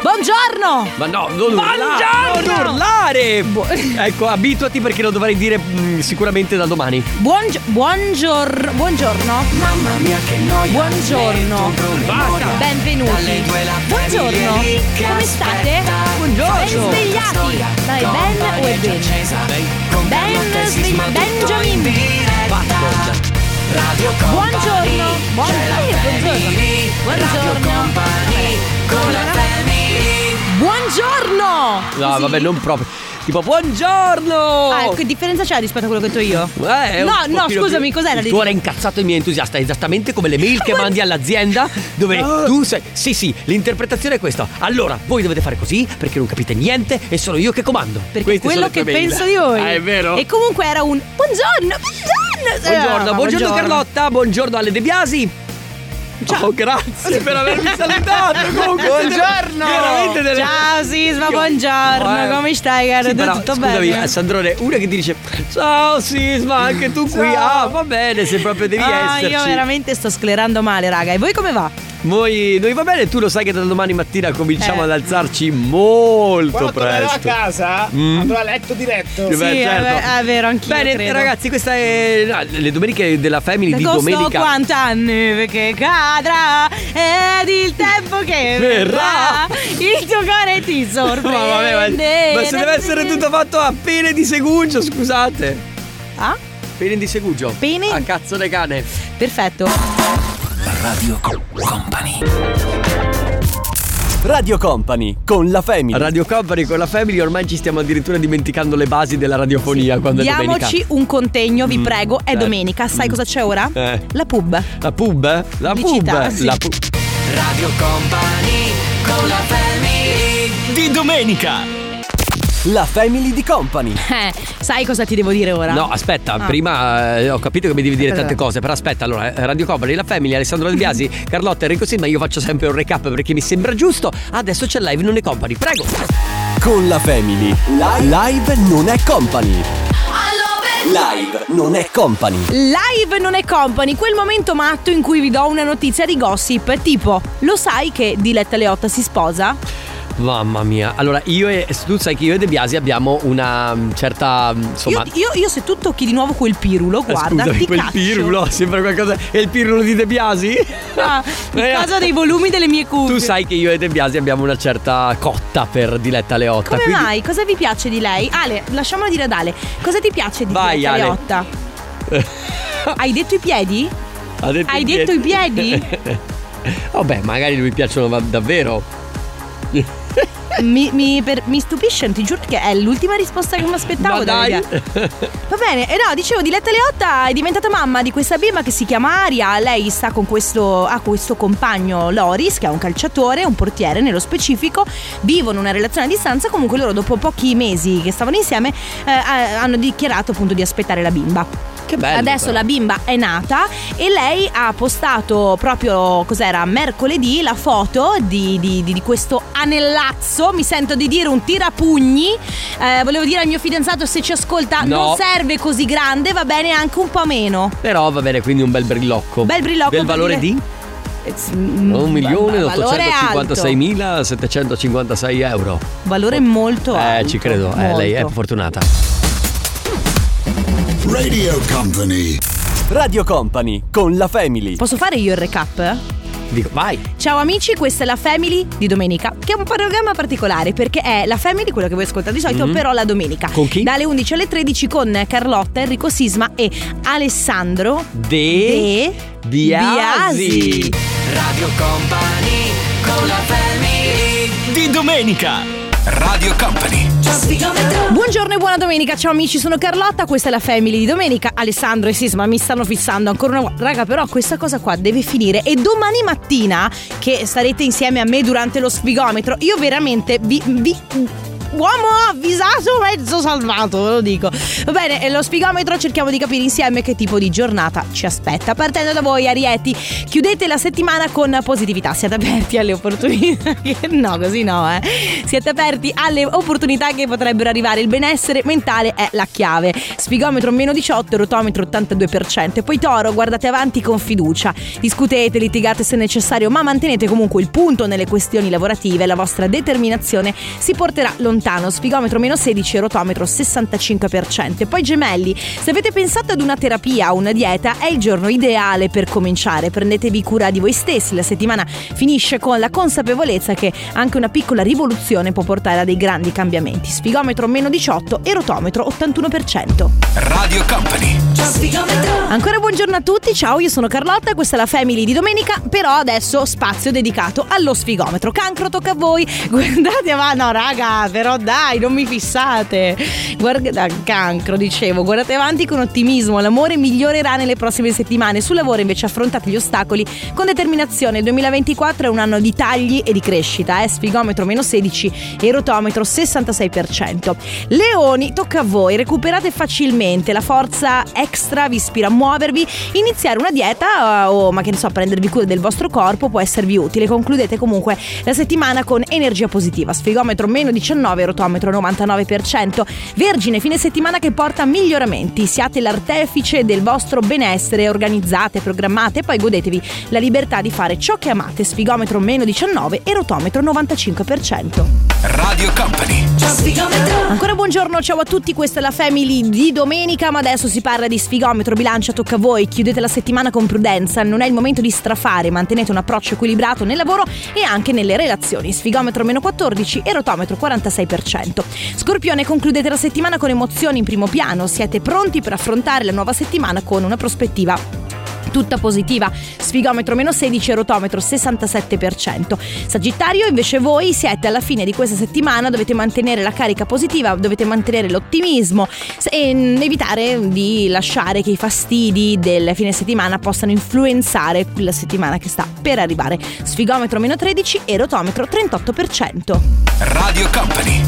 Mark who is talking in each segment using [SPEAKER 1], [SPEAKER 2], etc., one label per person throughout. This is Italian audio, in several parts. [SPEAKER 1] Buongiorno!
[SPEAKER 2] Ma no, non urlare!
[SPEAKER 1] Buongiorno!
[SPEAKER 2] Non urlare! ecco, abituati perché lo dovrei dire mm, sicuramente da domani.
[SPEAKER 1] Buongio- buongiorno! Buongiorno!
[SPEAKER 3] Mamma mia che noia
[SPEAKER 1] Buongiorno.
[SPEAKER 3] Metto un
[SPEAKER 2] Basta.
[SPEAKER 3] promemoria. Dalle
[SPEAKER 1] Benvenuti!
[SPEAKER 3] due la famiglia
[SPEAKER 1] Buongiorno!
[SPEAKER 3] è lì che
[SPEAKER 1] Come state?
[SPEAKER 3] aspetta.
[SPEAKER 2] Buongiorno.
[SPEAKER 1] Ben svegliati! Dai, Ben o è
[SPEAKER 3] Compagnia già
[SPEAKER 1] Ben?
[SPEAKER 3] accesa. Con
[SPEAKER 1] Ben
[SPEAKER 3] Carlotta e
[SPEAKER 1] svegli-
[SPEAKER 3] Sisma tutto
[SPEAKER 1] Benjamin.
[SPEAKER 3] in diretta. Radio Company,
[SPEAKER 1] Buongiorno. Buongiorno.
[SPEAKER 3] c'è la
[SPEAKER 1] Eh, buongiorno.
[SPEAKER 3] family.
[SPEAKER 1] Buongiorno.
[SPEAKER 3] Radio Company, con la family.
[SPEAKER 1] Buongiorno!
[SPEAKER 2] No,
[SPEAKER 1] Così?
[SPEAKER 2] vabbè, non proprio. Tipo, buongiorno!
[SPEAKER 1] Ah, che differenza c'è rispetto a quello che ho detto io?
[SPEAKER 2] Eh, un
[SPEAKER 1] no, no,
[SPEAKER 2] pochino
[SPEAKER 1] scusami,
[SPEAKER 2] più-
[SPEAKER 1] cos'era?
[SPEAKER 2] Il tuo era incazzato e mio entusiasta, esattamente come le mail che mandi all'azienda dove tu sei. Sì, sì, l'interpretazione è questa. Allora, voi dovete fare così perché non capite niente e sono io che comando.
[SPEAKER 1] Perché
[SPEAKER 2] Queste
[SPEAKER 1] quello
[SPEAKER 2] sono le
[SPEAKER 1] che
[SPEAKER 2] tue mail.
[SPEAKER 1] penso di voi.
[SPEAKER 2] Ah, è vero.
[SPEAKER 1] E comunque era un buongiorno, buongiorno! Eh,
[SPEAKER 2] Buongiorno,
[SPEAKER 1] ma
[SPEAKER 2] buongiorno Carlotta, buongiorno Ale De Biasi. Ciao, grazie per avermi salutato. Comunque,
[SPEAKER 1] Buongiorno!
[SPEAKER 2] Veramente delle-
[SPEAKER 1] Ciao Sisma,
[SPEAKER 2] Io-
[SPEAKER 1] buongiorno,
[SPEAKER 2] Eh.
[SPEAKER 1] come stai caro?
[SPEAKER 2] Sì, però,
[SPEAKER 1] Tutto
[SPEAKER 2] scusami,
[SPEAKER 1] bene?
[SPEAKER 2] eh, Sandrone, una che ti dice Ciao Sisma, anche tu qui.
[SPEAKER 1] Ciao.
[SPEAKER 2] Ah, va bene, se proprio devi
[SPEAKER 1] ah,
[SPEAKER 2] esserci. Eh
[SPEAKER 1] io veramente sto sclerando male, raga. E voi come va?
[SPEAKER 2] Noi, noi va bene, tu lo sai che da domani mattina cominciamo
[SPEAKER 1] Eh.
[SPEAKER 2] ad alzarci molto
[SPEAKER 4] Quando tornerò
[SPEAKER 2] presto. Mm?
[SPEAKER 4] a casa andrò a letto diretto.
[SPEAKER 2] Sì, beh,
[SPEAKER 1] sì, eh,
[SPEAKER 2] certo.
[SPEAKER 1] è, è vero, anch'io
[SPEAKER 2] Bene,
[SPEAKER 1] credo.
[SPEAKER 2] ragazzi, questa è no, le domeniche della Family di
[SPEAKER 1] Agosto
[SPEAKER 2] domenica.
[SPEAKER 1] 40 anni che cadrà ed il tempo che
[SPEAKER 2] Verrà.
[SPEAKER 1] verrà, il tuo cuore ti
[SPEAKER 2] Ma
[SPEAKER 1] sorprende.
[SPEAKER 2] vabbè, ma, ma se deve essere tutto fatto a pene di segugio, scusate.
[SPEAKER 1] Ah,
[SPEAKER 2] Pene di segugio.
[SPEAKER 1] Pene?
[SPEAKER 2] A cazzo de cane.
[SPEAKER 1] perfetto.
[SPEAKER 3] Radio Company.
[SPEAKER 5] Radio Company con la Family.
[SPEAKER 2] Radio Company con la Family, ormai ci stiamo addirittura dimenticando le basi della radiofonia quando è domenica.
[SPEAKER 1] Diamoci un contegno, vi prego. È
[SPEAKER 2] certo.
[SPEAKER 1] domenica, sai cosa c'è ora?
[SPEAKER 2] Eh.
[SPEAKER 1] La pub.
[SPEAKER 2] La pub? eh? La
[SPEAKER 1] Pubblicità,
[SPEAKER 2] pub?
[SPEAKER 1] sì.
[SPEAKER 2] La pub.
[SPEAKER 3] Radio Company, con la family.
[SPEAKER 5] Di domenica. La Family di Company.
[SPEAKER 1] Eh, sai cosa ti devo dire ora?
[SPEAKER 2] No, aspetta,
[SPEAKER 1] Ah.
[SPEAKER 2] prima eh, ho capito che mi devi dire
[SPEAKER 1] Aspetta.
[SPEAKER 2] tante cose, però aspetta, allora, eh, Radio Company, la Family, Alessandro De Biasi, Carlotta, Enrico Silva, io faccio sempre un recap perché mi sembra giusto. Adesso c'è live non è company, prego.
[SPEAKER 5] Con la Family. Live, live non è company. Live non è company.
[SPEAKER 1] Live non è company, quel momento matto in cui vi do una notizia di gossip, tipo, lo sai che Diletta Leotta si sposa?
[SPEAKER 2] Mamma mia. Allora, io e tu sai che io e De Biasi abbiamo una mm, certa mm, insomma
[SPEAKER 1] Io, io, io se tu tocchi di nuovo quel pirulo,
[SPEAKER 2] Eh,
[SPEAKER 1] guarda,
[SPEAKER 2] scusami,
[SPEAKER 1] ti
[SPEAKER 2] quel
[SPEAKER 1] caccio.
[SPEAKER 2] pirulo sembra qualcosa. È il pirulo di De Biasi?
[SPEAKER 1] Ah, in
[SPEAKER 2] Eh,
[SPEAKER 1] caso dei volumi delle mie cuffie.
[SPEAKER 2] Tu sai che io e De Biasi abbiamo una certa cotta per Diletta Leotta.
[SPEAKER 1] Come
[SPEAKER 2] Ah, quindi-
[SPEAKER 1] mai? Cosa vi piace di lei? Ale, lasciamola dire ad Ale. Cosa ti piace di
[SPEAKER 2] Vai,
[SPEAKER 1] Diletta
[SPEAKER 2] Ale.
[SPEAKER 1] Leotta? Hai detto i piedi?
[SPEAKER 2] Ha detto
[SPEAKER 1] Hai
[SPEAKER 2] i
[SPEAKER 1] detto i piedi?
[SPEAKER 2] Vabbè, magari lui piacciono va- davvero.
[SPEAKER 1] Mi, mi- per- mi stupisce, ti giuro che è l'ultima risposta che mi aspettavo.
[SPEAKER 2] Ma
[SPEAKER 1] dalla
[SPEAKER 2] dai.
[SPEAKER 1] mia- Va bene, e no, dicevo, Diletta Leotta è diventata mamma di questa bimba che si chiama Aria. Lei sta con questo, ha questo compagno Loris, che è un calciatore, un portiere nello specifico. Vivono una relazione a distanza. Comunque, loro, dopo pochi mesi che stavano insieme, eh, ha- hanno dichiarato appunto di aspettare la bimba.
[SPEAKER 2] Che bello.
[SPEAKER 1] Adesso
[SPEAKER 2] però.
[SPEAKER 1] la bimba è nata e lei ha postato proprio, cos'era, mercoledì la foto di, di- di- di questo anellazzo, mi sento di dire un tirapugni, Eh, volevo dire al mio fidanzato se ci ascolta
[SPEAKER 2] No.
[SPEAKER 1] non serve così grande, va bene anche un po' meno.
[SPEAKER 2] Però va bene, quindi un bel brillocco.
[SPEAKER 1] Bel brillocco
[SPEAKER 2] Del
[SPEAKER 1] per
[SPEAKER 2] valore
[SPEAKER 1] dire-
[SPEAKER 2] di
[SPEAKER 1] Eh, s- mm, valore alto.
[SPEAKER 2] 1.856.756 euro.
[SPEAKER 1] Valore molto alto.
[SPEAKER 2] eh, ci credo. Eh, lei è
[SPEAKER 1] molto.
[SPEAKER 2] fortunata.
[SPEAKER 6] Radio Company.
[SPEAKER 5] Radio Company con la Family.
[SPEAKER 1] Posso fare io il recap?
[SPEAKER 2] Dico, vai.
[SPEAKER 1] Ciao amici, questa è la Family di domenica, che è un programma particolare perché è la Family, quello che voi ascoltate di solito,
[SPEAKER 2] Mhm.
[SPEAKER 1] però la domenica.
[SPEAKER 2] Con chi?
[SPEAKER 1] Dalle 11 alle 13 con Carlotta, Enrico Sisma e Alessandro
[SPEAKER 2] De.
[SPEAKER 1] De
[SPEAKER 2] Biasi.
[SPEAKER 3] Radio Company, con la family.
[SPEAKER 5] Di domenica.
[SPEAKER 3] Radio Company.
[SPEAKER 1] Buongiorno e buona domenica, ciao amici, sono Carlotta, questa è la Family di domenica. Alessandro e Sisma mi stanno fissando ancora una volta. Raga, però questa cosa qua deve finire e domani mattina che sarete insieme a me durante lo sfigometro, io veramente vi vi uomo avvisato, mezzo salvato, ve lo dico. Va bene, e lo spigometro cerchiamo di capire insieme che tipo di giornata ci aspetta. Partendo da voi, Arieti, chiudete la settimana con positività. Siete aperti alle opportunità. che- no, così no, eh. Siete aperti alle opportunità che potrebbero arrivare. Il benessere mentale è la chiave. Spigometro meno 18, rotometro 82%. E Poi Toro, guardate avanti con fiducia. Discutete, litigate se necessario, ma mantenete comunque il punto nelle questioni lavorative. La vostra determinazione si porterà lontano. Spigometro meno 16, rotometro 65%. E Poi gemelli, se avete pensato ad una terapia o una dieta, è il giorno ideale per cominciare. Prendetevi cura di voi stessi. La settimana finisce con la consapevolezza che anche una piccola rivoluzione può portare a dei grandi cambiamenti. Spigometro meno 18 e rotometro 81%.
[SPEAKER 3] Radio Company.
[SPEAKER 1] Ancora buongiorno a tutti, ciao, io sono Carlotta, questa è la Family di domenica, però adesso spazio dedicato allo sfigometro. Cancro tocca a voi, guardate avanti, no raga, però dai, non mi fissate. Guarda, cancro, dicevo, guardate avanti con ottimismo, l'amore migliorerà nelle prossime settimane, sul lavoro invece affrontate gli ostacoli con determinazione, il 2024 è un anno di tagli e di crescita, eh? sfigometro meno 16 e rotometro 66%. Leoni, tocca a voi, recuperate facilmente, la forza extra vi ispira a muovervi, iniziare una dieta eh, o ma che ne so, prendervi cura del vostro corpo può esservi utile, concludete comunque la settimana con energia positiva, sfigometro meno 19, rotometro 99%, vergine fine settimana che porta miglioramenti, siate l'artefice del vostro benessere, organizzate, programmate e poi godetevi la libertà di fare ciò che amate, sfigometro meno 19 e rotometro 95%.
[SPEAKER 3] Radio Company.
[SPEAKER 1] Ancora buongiorno, ciao a tutti, questa è la Family di domenica, ma adesso si parla di sfigometro, bilancia, tocca a voi, chiudete la settimana con prudenza, non è il momento di strafare, mantenete un approccio equilibrato nel lavoro e anche nelle relazioni, sfigometro meno 14 e rotometro 46%. Scorpione, concludete la settimana con emozioni in primo piano, siete pronti per affrontare la nuova settimana con una prospettiva tutta positiva, sfigometro meno 16 e rotometro 67%. Sagittario invece voi siete alla fine di questa settimana, dovete mantenere la carica positiva, dovete mantenere l'ottimismo s- e mm, evitare di lasciare che i fastidi del fine settimana possano influenzare la settimana che sta per arrivare. Sfigometro meno 13 e rotometro 38%.
[SPEAKER 3] Radio Company.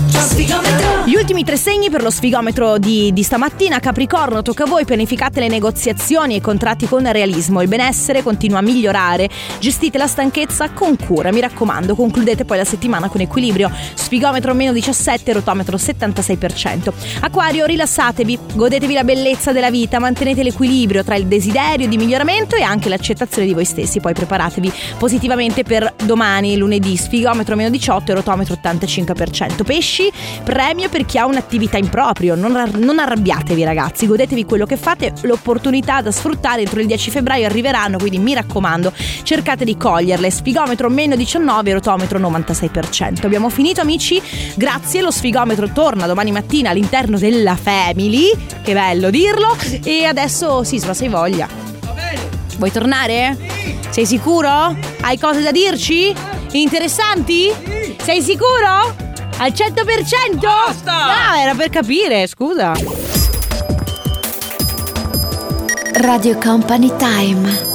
[SPEAKER 1] Gli ultimi tre segni per lo sfigometro di, di stamattina. Capricorno, tocca a voi, pianificate le negoziazioni e i contratti con realismo. Il benessere continua a migliorare. Gestite la stanchezza con cura. Mi raccomando, concludete poi la settimana con equilibrio. Sfigometro meno 17, rotometro 76%. Acquario, rilassatevi, godetevi la bellezza della vita, mantenete l'equilibrio tra il desiderio di miglioramento e anche l'accettazione di voi stessi. Poi preparatevi positivamente per domani, lunedì, sfigometro meno 18 e rotometro 85%. Pesci, premio per chi ha un'attività in proprio. Non, ar- non arrabbiatevi, ragazzi, godetevi quello che fate. L'opportunità da sfruttare entro il 10 febbraio arriveranno, quindi mi raccomando, cercate di coglierle. Sfigometro meno 19, rotometro 96%. Abbiamo finito, amici. Grazie, lo sfigometro torna domani mattina all'interno della Family. Che bello dirlo. E adesso, Sisma, se hai voglia. Vuoi tornare? Sei sicuro? Hai cose da dirci? Interessanti? Sei sicuro? Al 100%? Basta! No, Ah, era per capire, scusa.
[SPEAKER 7] Radio Company Time.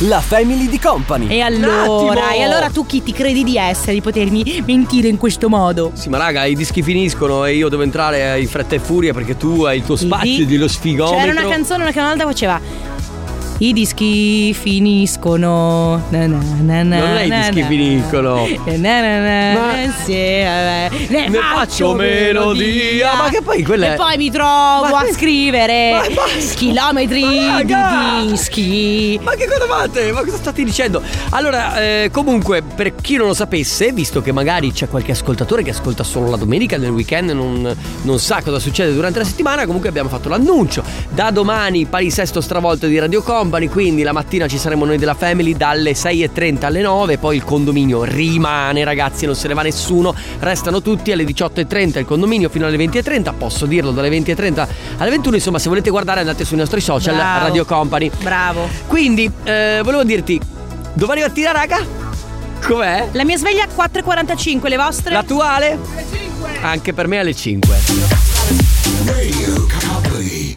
[SPEAKER 5] La family di company.
[SPEAKER 1] E
[SPEAKER 2] Un attimo!
[SPEAKER 1] allora, e allora tu chi ti credi di essere, di potermi mentire in questo modo?
[SPEAKER 2] Sì, ma raga, i dischi finiscono e io devo entrare in fretta e furia perché tu hai il tuo spazio
[SPEAKER 1] Sì.
[SPEAKER 2] dello sfigometro.
[SPEAKER 1] C'era una canzone che una volta faceva I dischi finiscono na na na na
[SPEAKER 2] Non è i
[SPEAKER 1] na
[SPEAKER 2] dischi
[SPEAKER 1] na.
[SPEAKER 2] finiscono.
[SPEAKER 1] Eh, na na na,
[SPEAKER 2] Ma-
[SPEAKER 1] eh, sì, vabbè. Ne,
[SPEAKER 2] Ne faccio melodia. Ma che poi quella è-
[SPEAKER 1] E poi mi trovo
[SPEAKER 2] Ma
[SPEAKER 1] a
[SPEAKER 2] que-
[SPEAKER 1] scrivere
[SPEAKER 2] Ma basta.
[SPEAKER 1] chilometri
[SPEAKER 2] Ma raga.
[SPEAKER 1] di dischi
[SPEAKER 2] Ma che cosa fate? Ma cosa state dicendo? Allora, eh, comunque, per chi non lo sapesse, visto che magari c'è qualche ascoltatore che ascolta solo la domenica, nel weekend non, non sa cosa succede durante la settimana, comunque abbiamo fatto l'annuncio. Da domani palisesto stravolto di Radio Company, quindi la mattina ci saremo noi della Family dalle 6.30 alle 9, poi il condominio rimane ragazzi, non se ne va nessuno, restano tutti alle 18.30 il condominio fino alle 20.30, posso dirlo dalle 20.30 alle 21, insomma se volete guardare andate sui nostri social
[SPEAKER 1] Bravo.
[SPEAKER 2] Radio Company.
[SPEAKER 1] Bravo
[SPEAKER 2] Quindi, eh, volevo dirti, domani mattina, raga, com'è?
[SPEAKER 1] La mia sveglia 4.45, le vostre?
[SPEAKER 2] L'attuale? Anche per me alle 5.
[SPEAKER 6] Radio Company.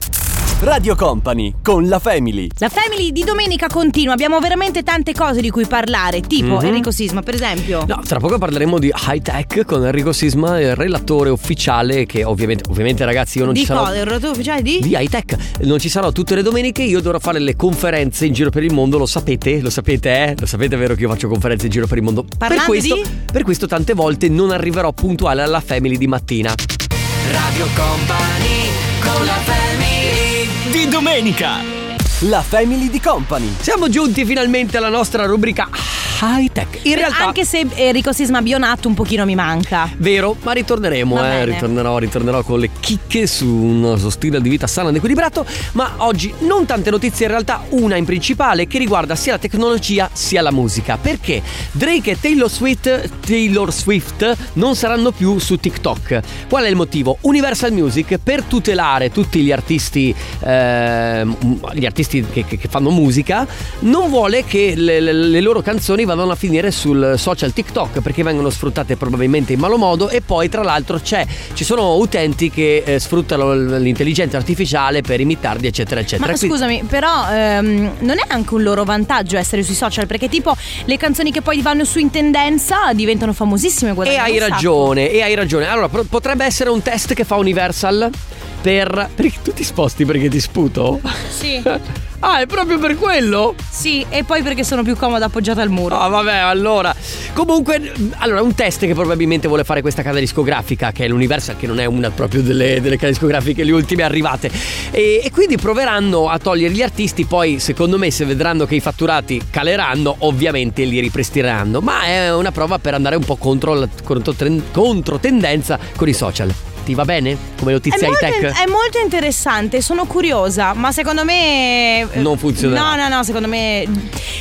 [SPEAKER 5] Radio Company con la Family.
[SPEAKER 1] La family di domenica continua, abbiamo veramente tante cose di cui parlare, tipo
[SPEAKER 2] Mhm.
[SPEAKER 1] Enrico Sisma, per esempio.
[SPEAKER 2] No, tra poco parleremo di high tech con Enrico Sisma, il relatore ufficiale che ovviamente, ovviamente ragazzi io non
[SPEAKER 1] di
[SPEAKER 2] ci sarò
[SPEAKER 1] cosa? Il rotolo ufficiale di?
[SPEAKER 2] di high tech. Non ci sarò tutte le domeniche, io dovrò fare le conferenze in giro per il mondo, lo sapete, lo sapete, eh? Lo sapete, è vero che io faccio conferenze in giro per il mondo. Per
[SPEAKER 1] Parlando
[SPEAKER 2] questo,
[SPEAKER 1] di?
[SPEAKER 2] per questo tante volte non arriverò puntuale alla family di mattina. Radio Company con la family.
[SPEAKER 8] Di domenica.
[SPEAKER 5] La Family di Company.
[SPEAKER 2] Siamo giunti finalmente alla nostra rubrica high tech. In realtà Eh,
[SPEAKER 1] Anche se Enrico Sisma bionato un pochino mi manca.
[SPEAKER 2] Vero, ma ritorneremo,
[SPEAKER 1] Va
[SPEAKER 2] eh,
[SPEAKER 1] bene.
[SPEAKER 2] ritornerò, ritornerò con le chicche su uno suo stile di vita sano ed equilibrato, ma oggi non tante notizie, in realtà una in principale che riguarda sia la tecnologia sia la musica, perché Drake e Taylor Swift, Taylor Swift non saranno più su TikTok. Qual è il motivo? Universal Music per tutelare tutti gli artisti, ehm, gli artisti che, che- che fanno musica, non vuole che le, le- le loro canzoni vadano a finire sul social TikTok perché vengono sfruttate probabilmente in malo modo e poi tra l'altro c'è, ci sono utenti che eh, sfruttano l- l'intelligenza artificiale per imitarli eccetera eccetera.
[SPEAKER 1] Ma
[SPEAKER 2] Quindi-
[SPEAKER 1] scusami, però ehm, non è anche un loro vantaggio essere sui social? Perché tipo le canzoni che poi vanno su in tendenza diventano famosissime.
[SPEAKER 2] E
[SPEAKER 1] guadagnano
[SPEAKER 2] hai
[SPEAKER 1] un sacco.
[SPEAKER 2] ragione, e hai ragione. Allora, pro- potrebbe essere un test che fa Universal per... Perché tu ti sposti perché ti sputo?
[SPEAKER 1] Sì,
[SPEAKER 2] Ah, è proprio per quello?
[SPEAKER 1] sì, e poi perché sono più comoda appoggiata al muro.
[SPEAKER 2] Ah, vabbè, allora. Comunque, allora, un test che probabilmente vuole fare questa casa discografica, che è l'Universal, che non è una proprio delle, delle case discografiche, le ultime arrivate. E, e quindi proveranno a togliere gli artisti. Poi, secondo me, se vedranno che i fatturati caleranno, ovviamente li ripristineranno. Ma è una prova per andare un po' contro, la, contro, tren- contro tendenza con i social. Ti va bene? Come
[SPEAKER 1] È
[SPEAKER 2] notizia high
[SPEAKER 1] molto, eh,
[SPEAKER 2] tech?
[SPEAKER 1] è molto interessante, sono curiosa, ma secondo me... eh,
[SPEAKER 2] Non funzionerà.
[SPEAKER 1] No, no, no, secondo me...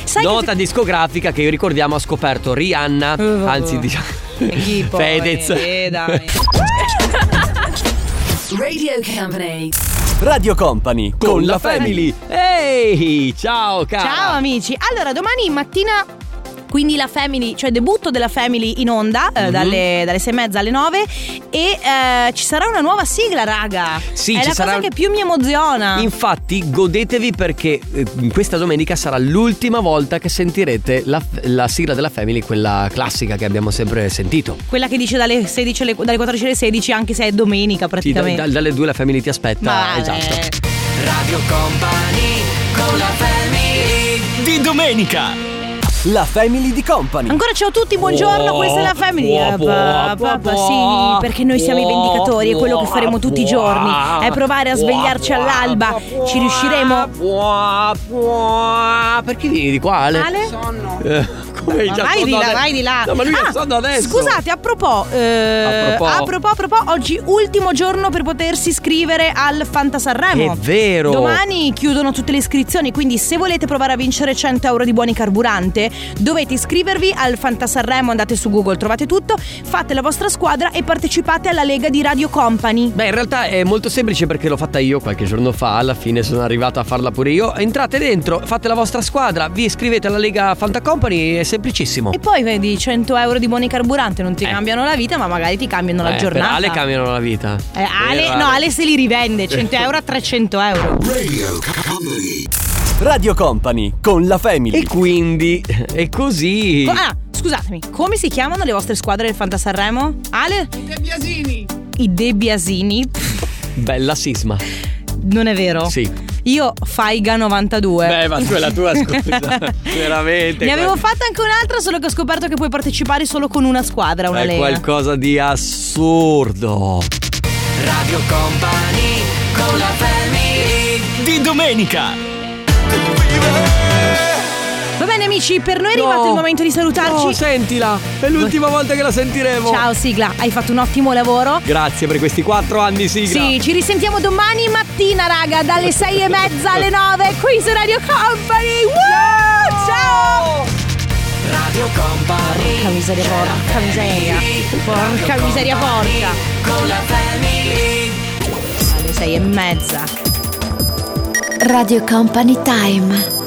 [SPEAKER 1] Sai
[SPEAKER 2] Nota
[SPEAKER 1] che...
[SPEAKER 2] discografica che ricordiamo ha scoperto Rihanna,
[SPEAKER 1] Eh, vabbè.
[SPEAKER 2] anzi diciamo
[SPEAKER 1] E chi poi?
[SPEAKER 2] Fedez.
[SPEAKER 1] Eh, dai.
[SPEAKER 7] Radio Company.
[SPEAKER 5] Radio Company con, la Family.
[SPEAKER 2] Ehi, ciao cara.
[SPEAKER 1] Ciao amici, allora domani mattina... Quindi la family, cioè debutto della family in onda
[SPEAKER 2] Mhm.
[SPEAKER 1] eh, dalle, dalle sei e mezza alle 9 e eh, ci sarà una nuova sigla raga.
[SPEAKER 2] Sì,
[SPEAKER 1] È
[SPEAKER 2] ci
[SPEAKER 1] la
[SPEAKER 2] sarà-
[SPEAKER 1] cosa che più mi emoziona.
[SPEAKER 2] Infatti, godetevi perché eh, questa domenica sarà l'ultima volta che sentirete la, la sigla della Family, quella classica che abbiamo sempre sentito.
[SPEAKER 1] Quella che dice dalle, 16 alle- dalle 14 alle 16 anche se è domenica
[SPEAKER 2] Sì, da-
[SPEAKER 1] praticamente.
[SPEAKER 2] da- dalle due la Family ti aspetta.
[SPEAKER 1] Ma vabbè.
[SPEAKER 2] Esatto. Radio Company con la Family.
[SPEAKER 8] Di domenica.
[SPEAKER 5] La Family di Company.
[SPEAKER 1] Ancora ciao a tutti, buongiorno,
[SPEAKER 2] Buo,
[SPEAKER 1] questa è la family.
[SPEAKER 2] buo,
[SPEAKER 1] Eh,
[SPEAKER 2] buo,
[SPEAKER 1] pa-
[SPEAKER 2] buo,
[SPEAKER 1] pa- pa-
[SPEAKER 2] buo,
[SPEAKER 1] sì, perché noi siamo i
[SPEAKER 2] buo,
[SPEAKER 1] vendicatori e quello che
[SPEAKER 2] buo,
[SPEAKER 1] faremo tutti i
[SPEAKER 2] buo, ah,
[SPEAKER 1] giorni è provare a
[SPEAKER 2] buo,
[SPEAKER 1] svegliarci
[SPEAKER 2] buo,
[SPEAKER 1] all'alba.
[SPEAKER 2] buo,
[SPEAKER 1] Ci riusciremo?
[SPEAKER 2] buo, buo. Perché vieni di qua, Ale?
[SPEAKER 1] Ale?
[SPEAKER 2] Eh, come già
[SPEAKER 1] Vai
[SPEAKER 2] sono
[SPEAKER 1] di là,
[SPEAKER 2] adesso.
[SPEAKER 1] vai di là.
[SPEAKER 2] No, ma lui
[SPEAKER 1] Ah,
[SPEAKER 2] è stato adesso.
[SPEAKER 1] Scusate, a propos, eh,
[SPEAKER 2] A
[SPEAKER 1] a
[SPEAKER 2] propos.
[SPEAKER 1] propos, a propos, oggi ultimo giorno per potersi iscrivere al Fanta Sanremo.
[SPEAKER 2] È vero.
[SPEAKER 1] Domani chiudono tutte le iscrizioni, quindi se volete provare a vincere 100 euro di buoni carburante, dovete iscrivervi al Fanta Sanremo, andate su Google, trovate tutto, fate la vostra squadra e partecipate alla Lega di Radio Company.
[SPEAKER 2] Beh, in realtà è molto semplice perché l'ho fatta io qualche giorno fa, alla fine sono arrivato a farla pure io. Entrate dentro, fate la vostra squadra, vi iscrivete alla Lega Fantacompany, è semplicissimo.
[SPEAKER 1] E poi vedi 100 euro di buoni carburante non ti
[SPEAKER 2] Eh.
[SPEAKER 1] cambiano la vita, ma magari ti cambiano
[SPEAKER 2] Eh,
[SPEAKER 1] la
[SPEAKER 2] per
[SPEAKER 1] giornata.
[SPEAKER 2] Ale cambiano la vita.
[SPEAKER 1] Eh, Ale,
[SPEAKER 2] Vero,
[SPEAKER 1] no, Ale se li rivende 100 euro a 300 euro.
[SPEAKER 6] Radio Company.
[SPEAKER 5] Radio Company con la Family.
[SPEAKER 2] E quindi, e così.
[SPEAKER 1] Co- ah, scusatemi, come si chiamano le vostre squadre del Fanta Sanremo? Ale? I Debiasini. I Debiasini? Pff,
[SPEAKER 2] Bella sisma.
[SPEAKER 1] non è vero.
[SPEAKER 2] Sì.
[SPEAKER 1] Io Faiga 92.
[SPEAKER 2] Beh, ma quella tua scusa. Veramente.
[SPEAKER 1] Ne avevo fatta anche un'altra, solo che ho scoperto che puoi partecipare solo con una squadra, una
[SPEAKER 2] È
[SPEAKER 1] lega.
[SPEAKER 2] qualcosa di assurdo. Radio Company con la Family.
[SPEAKER 8] Di domenica.
[SPEAKER 1] Va bene, amici, per noi è arrivato
[SPEAKER 2] No.
[SPEAKER 1] il momento di salutarci.
[SPEAKER 2] No, sentila, è l'ultima volta che la sentiremo.
[SPEAKER 1] Ciao sigla, hai fatto un ottimo lavoro.
[SPEAKER 2] Grazie per questi quattro anni sigla.
[SPEAKER 1] Sì, ci risentiamo domani mattina, raga, dalle sei e mezza alle nove, qui su Radio Company. Woo! Ciao!
[SPEAKER 2] Radio Company
[SPEAKER 1] Porca miseria, porca miseria. Porca miseria, porca.
[SPEAKER 2] con la Family.
[SPEAKER 1] Alle sei e mezza.
[SPEAKER 7] Radio Company Time.